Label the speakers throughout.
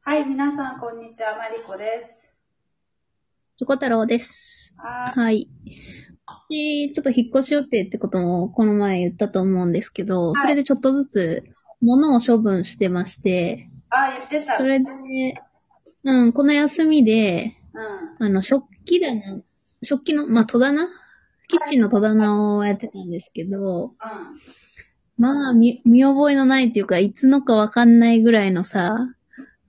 Speaker 1: はい、皆さん、こんにちは。マリコです。
Speaker 2: チョコ太郎です。
Speaker 1: は
Speaker 2: はい。私、ちょっと引っ越し予定ってこともこの前言ったと思うんですけど、
Speaker 1: い
Speaker 2: それでちょっとずつ物を処分してまして、
Speaker 1: あ、言ってた。
Speaker 2: それで、うん、この休みで、
Speaker 1: うん。
Speaker 2: あの、食器棚、食器の、まあ、戸棚キッチンの戸棚をやってたんですけど、まあ、見、見覚えのないっていうか、いつのかわかんないぐらいのさ、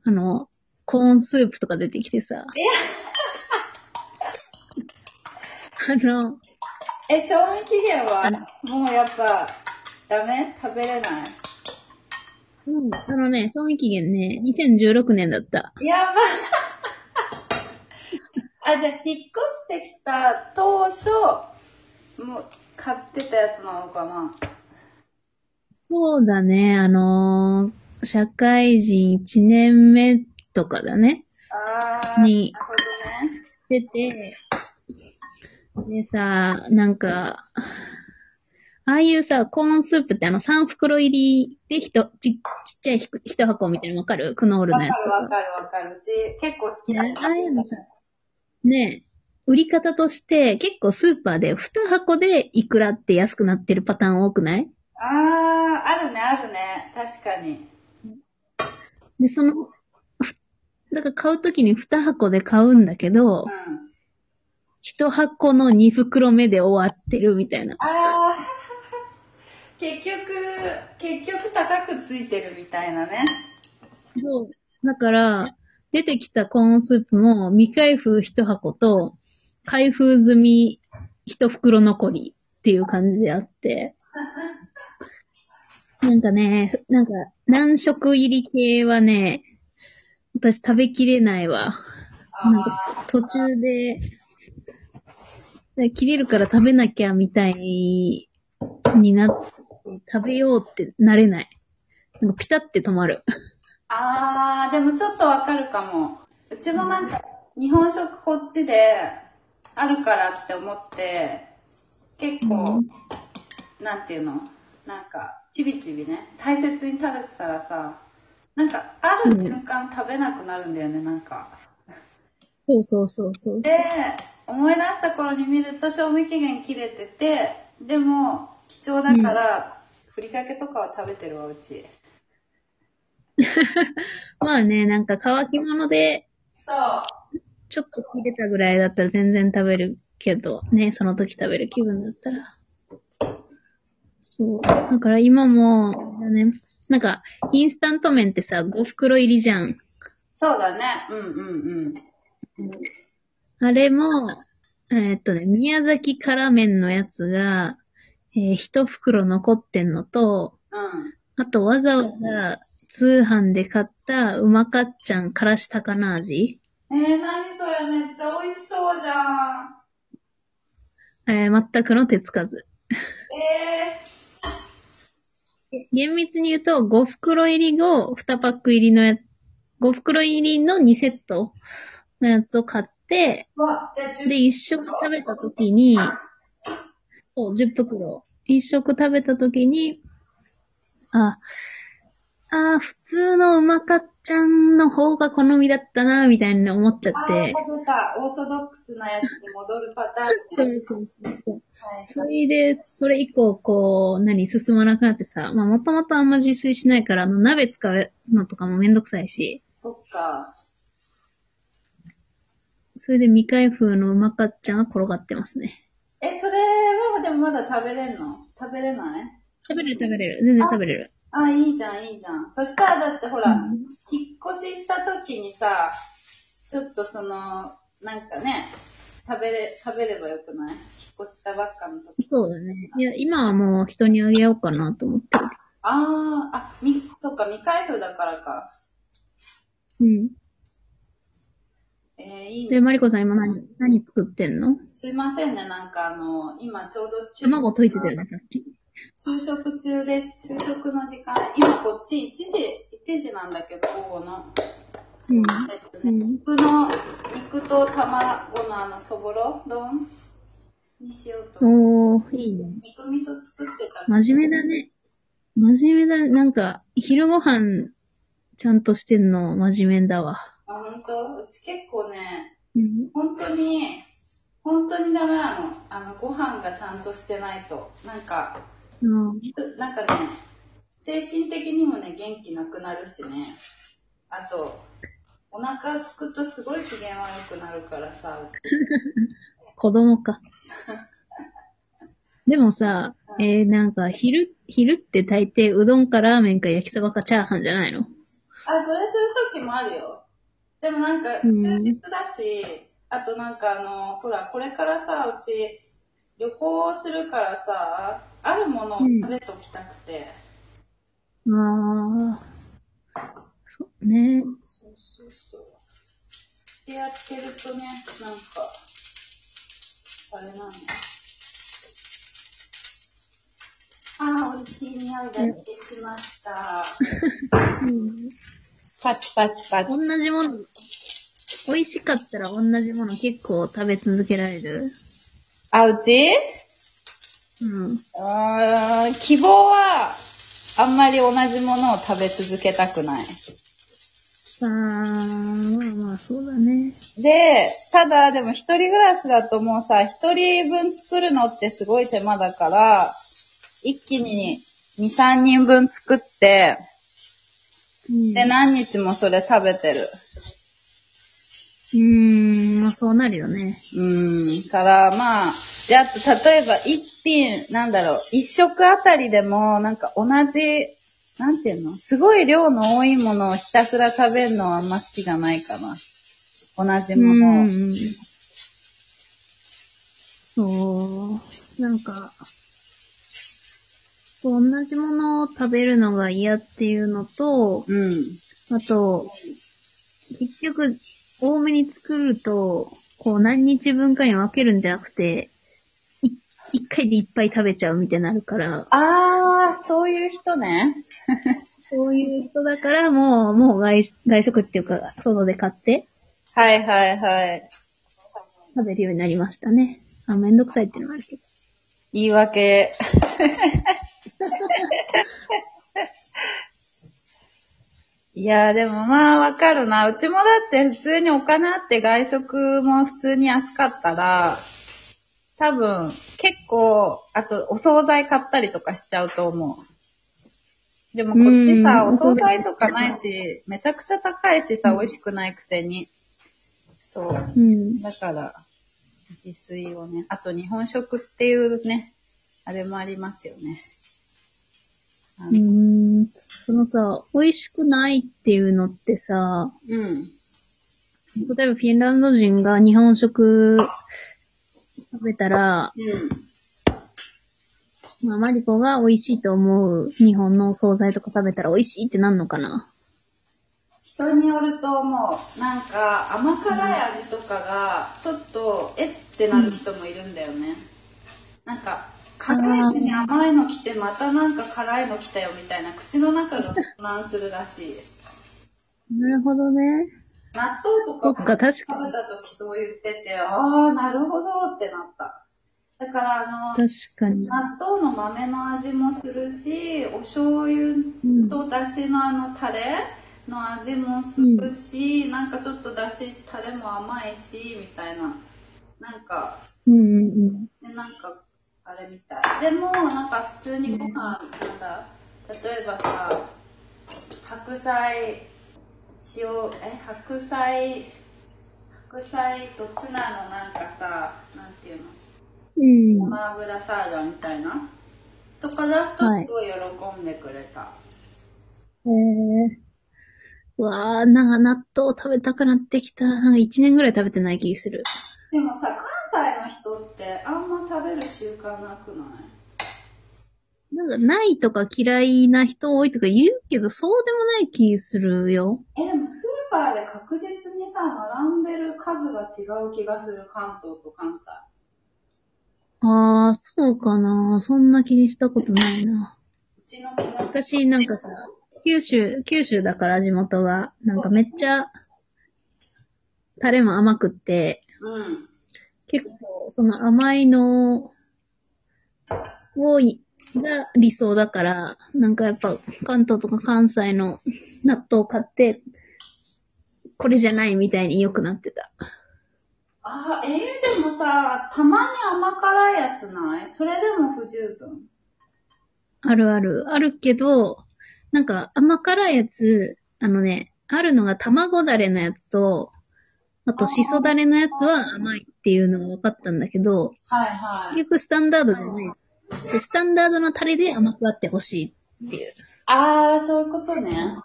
Speaker 2: あの、コーンスープとか出てきてさ。 あの、
Speaker 1: え、賞味期限は
Speaker 2: あの
Speaker 1: もうやっぱ、ダメ食べれない。
Speaker 2: うん、あのね、賞味期限ね、2016年だった。
Speaker 1: やばあ、じゃあ、引っ越してきた当初、もう、買ってたやつなのかな
Speaker 2: そうだね、あのー社会人1年目とかだね、
Speaker 1: あー、なる
Speaker 2: に
Speaker 1: ほどね。
Speaker 2: 出て、でさ、なんか、ああいうさ、コーンスープってあの3袋入りでひとちちっちゃいひ一箱みたいなのわかるクノール
Speaker 1: わ
Speaker 2: の
Speaker 1: か
Speaker 2: やつと
Speaker 1: るわ
Speaker 2: か。
Speaker 1: かるわかる。うち、結構好きだ
Speaker 2: ねああいうのさ、ねえ、売り方として結構スーパーで2箱でいくらって安くなってるパターン多くない
Speaker 1: あー、あるね、あるね。確かに。
Speaker 2: で、その、ふだから買うときに2箱で買うんだけど
Speaker 1: う、ん。
Speaker 2: 1箱の2袋目で終わってるみたいな。
Speaker 1: ああ、結局、結局高くついてるみたいなね。
Speaker 2: そう。だから、出てきたコーンスープも未開封1箱と、開封済み1袋残りっていう感じであって、なんかね、なんか、何食入り系はね、私食べきれないわ。
Speaker 1: あ
Speaker 2: なん
Speaker 1: あ
Speaker 2: か途中で、で切れるから食べなきゃみたいになって、食べようってなれない。なんかピタって止まる。
Speaker 1: あー、でもちょっとわかるかも。うちもなんか、日本食こっちであるからって思って、結構、なんていうのなんか、ちびちびね、大切に食べてたらさ、なんか、ある瞬間食べなくなるんだよね、なんか。
Speaker 2: そうそうそうそう。
Speaker 1: で、思い出した頃に見ると賞味期限切れてて、でも、貴重だから、ふりかけとかは食べてるわ、うち。
Speaker 2: まあね、なんか乾き物で、
Speaker 1: そう。
Speaker 2: ちょっと切れたぐらいだったら全然食べるけど、ね、その時食べる気分だったら。そう。だから今も、だね、なんか、インスタント麺ってさ、5袋入りじゃん。
Speaker 1: そうだね。うんうんうん。
Speaker 2: あれも、えーっとね、宮崎辛麺のやつが、えー一袋残ってんのと、
Speaker 1: うん。
Speaker 2: あとわざわざ通販で買ったうまかっちゃんからし高菜味
Speaker 1: えー、なにそれめっちゃ美味しそうじゃん。
Speaker 2: えー全くの手つかず。
Speaker 1: え
Speaker 2: 厳密に言うと、5袋入りを2パック入りのや、5袋入りの2セットのやつを買って、
Speaker 1: ー、わ、じゃあ10
Speaker 2: で、1食食べた時に、そう、10袋。1食食べた時に、あ、あー普通のうまかっちゃんの方が好みだったな、みたいな思っちゃっ
Speaker 1: あー、
Speaker 2: て。
Speaker 1: 食べた。オーソドックスなやつに戻るパターン。
Speaker 2: そうそうそうそう。
Speaker 1: はい
Speaker 2: それで、それ以降、こう、何、進まなくなってさ、まあ、もともとあんま自炊しないから、あの、鍋使うのとかもめんどくさいし、
Speaker 1: そっか。
Speaker 2: それで未開封のうまかっちゃんは転がってますね。
Speaker 1: え、それはでもまだ食べれんの食べれない
Speaker 2: 食べれる食べれる。全然食べれる。
Speaker 1: あ、いいじゃん、いいじゃん。そしたらだってほら、
Speaker 2: うん
Speaker 1: 引っ越しした時にさ、ちょっとその、なんかね、食べれ、食べればよくない引っ越したばっかの時。
Speaker 2: そうだね。いや、今はもう人にあげようかなと思ってる。
Speaker 1: あー、あ、み、そっか、未開封だからか。
Speaker 2: うん。
Speaker 1: えー、いい
Speaker 2: で、
Speaker 1: ね。
Speaker 2: マリコさん今何、何作ってんの
Speaker 1: すいませんね、なんかあの、今ちょうど昼
Speaker 2: 卵溶いてたよね、さっき。
Speaker 1: 昼食中です。昼食の時間。今こっち1時、1時なんだけど、午後の。
Speaker 2: うん。
Speaker 1: えっとね、
Speaker 2: うん
Speaker 1: 肉の、肉と卵のあの、そぼろ丼にしようと思って
Speaker 2: おー、いいね。
Speaker 1: 肉味噌作ってた。
Speaker 2: 真面目だね。真面目だね。なんか、昼ご飯ちゃんとしてんの、真面目だわ。
Speaker 1: あ、本当うち結構ね、
Speaker 2: うん。
Speaker 1: 本当に、本当にダメなの。あの、ご飯がちゃんとしてないと。なんか、
Speaker 2: うん。
Speaker 1: なんかね、精神的にもね、元気なくなるしね。あと、お腹すくとすごい機嫌悪くなるからさ、
Speaker 2: 子供か。 でもさ、えー、なんか、昼、昼って大抵うどんかラーメンか焼きそばかチャーハンじゃないの
Speaker 1: あ、それするときもあるよ。でもなんか、休
Speaker 2: うん
Speaker 1: 日だし、あとなんかあの、ほら、これからさ、うち、旅行をするからさ、あるものを食べときたくて。
Speaker 2: ああ。そうね。
Speaker 1: そうそうそう。ってやってるとね、なんか、あれなんだ。ああ、美味しい匂いがしてきま した。パチパチパ
Speaker 2: 同じもの、美味しかったら同じもの結構食べ続けられる
Speaker 1: あ、うち
Speaker 2: うん。
Speaker 1: うーん、希望は、あんまり同じものを食べ続けたくない。
Speaker 2: あー、まあまあ、そうだね。
Speaker 1: で、ただでも一人暮らしだともうさ、一人分作るのってすごい手間だから、一気に2、3人分作って、
Speaker 2: うん
Speaker 1: で、何日もそれ食べてる。
Speaker 2: うーん、まあそうなるよね。
Speaker 1: うん、から、まあ、で、あと、例えば、一品、なんだろう、一食あたりでも、なんか同じ、なんていうのすごい量の多いものをひたすら食べるのはあんま好きじゃないかな。同じものを。
Speaker 2: うんそう。なんか、こう同じものを食べるのが嫌っていうのと、
Speaker 1: うん。
Speaker 2: あと、結局、多めに作ると、こう何日分かに分けるんじゃなくて、い一回でいっぱい食べちゃうみたいになるから、
Speaker 1: あー、そういう人ね。
Speaker 2: そういう人だからもう、もう外外食っていうか、外で買って
Speaker 1: はいはいはい。
Speaker 2: 食べるようになりましたね。あ、めんどくさいっていうのもあるけど。
Speaker 1: 言い訳。いやーでもまあわかるな。うちもだって普通にお金あって外食も普通に安かったら、多分結構、あとお惣菜買ったりとかしちゃうと思う。でもこっちさ、
Speaker 2: うん
Speaker 1: お惣菜とかないし、めちゃくちゃ高いしさ、美味しくないくせに。そう。
Speaker 2: うん。
Speaker 1: だから、自炊をね。あと日本食っていうね、あれもありますよね。
Speaker 2: うーんそのさ、美味しくないっていうのってさ、
Speaker 1: うん。
Speaker 2: 例えばフィンランド人が日本食食べたら、
Speaker 1: うん。
Speaker 2: まあ、マリコが美味しいと思う日本のお惣菜とか食べたら美味しいってなんのかな
Speaker 1: 人によると思う。なんか甘辛い味とかが、ちょっと、えってなる人もいるんだよね。なんか、辛いのに甘いの来て、またなんか辛いの来たよみたいな、口の中が混乱するらし い。
Speaker 2: なるほどね。
Speaker 1: 納豆とか
Speaker 2: そっか、確
Speaker 1: 食
Speaker 2: か
Speaker 1: べ
Speaker 2: に。
Speaker 1: た時そう言ってて、ああ、なるほどってなった。だからあの、
Speaker 2: 確かに。
Speaker 1: 納豆の豆の味もするし、お醤油とだしのあのタレの味もするし、なんかちょっとだし、タレも甘いし、みたいな。なんか、
Speaker 2: うんうん
Speaker 1: ね、なんか、あれみたい。でも、なんか普通にご飯、なんだ、例えばさ、白菜、塩、え、白菜、白菜とツナのなんかさ、なんていうの
Speaker 2: うん。
Speaker 1: ご
Speaker 2: うん。
Speaker 1: ま油サードみたいなとかだと
Speaker 2: はい
Speaker 1: すごい喜んでくれた、
Speaker 2: えー。うわあ、なんか納豆食べたくなってきた。なんか一年ぐらい食べてない気する。
Speaker 1: でもさ関西の人ってあんま食べる習慣なくない
Speaker 2: なんか、ないとか嫌いな人多いとか言うけど、そうでもない気するよ。
Speaker 1: えでもスーパーで確実にさ並んでる数が違う気がする関東と関西
Speaker 2: あー、そうかな。そんな気にしたことないな。
Speaker 1: うちの気持ち
Speaker 2: 私、なんかさ、九州、九州だから地元が、なんかめっちゃ、タレも甘くって、
Speaker 1: うん
Speaker 2: 結構、その甘いのをい、が理想だから、なんかやっぱ関東とか関西の納豆買って、これじゃないみたいに良くなってた。
Speaker 1: あー、えー、でもさ、たまに甘辛いやつないそれでも不十分。
Speaker 2: あるある。あるけど、なんか甘辛いやつ、あのね、あるのが卵だれのやつと、あとしそだれのやつは甘いっていうのが分かったんだけど、
Speaker 1: はいは
Speaker 2: 結
Speaker 1: い。
Speaker 2: 局スタンダードじゃないじゃん。スタンダードなタレで甘くあってほしいっていう。
Speaker 1: あー、そういうことね。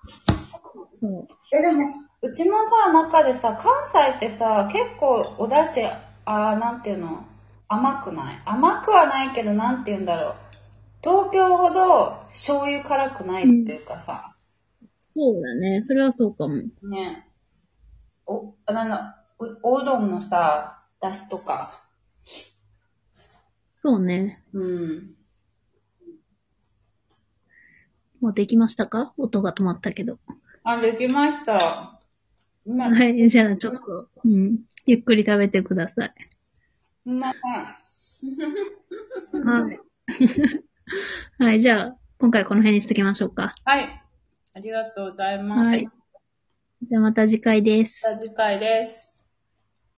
Speaker 2: そう。
Speaker 1: え、でも、うちのさ、中でさ、関西ってさ、結構お出汁、あー、なんていうの甘くない甘くはないけど、なんていうんだろう。東京ほど醤油辛くないっていうかさ、
Speaker 2: そうだね。それはそうかも。
Speaker 1: ね。お、あなんだ、おおうどんのさ、出汁とか。
Speaker 2: そうね。
Speaker 1: うん。
Speaker 2: もうできましたか音が止まったけど。
Speaker 1: あ、できました。今、ね、
Speaker 2: はい。じゃあちょっと、うん。ゆっくり食べてください。
Speaker 1: 今ね、
Speaker 2: はい。 はい。じゃあ、今回この辺にしときましょうか。
Speaker 1: はい。ありがとうございます。
Speaker 2: はい。じゃあまた次回です。
Speaker 1: また次回です。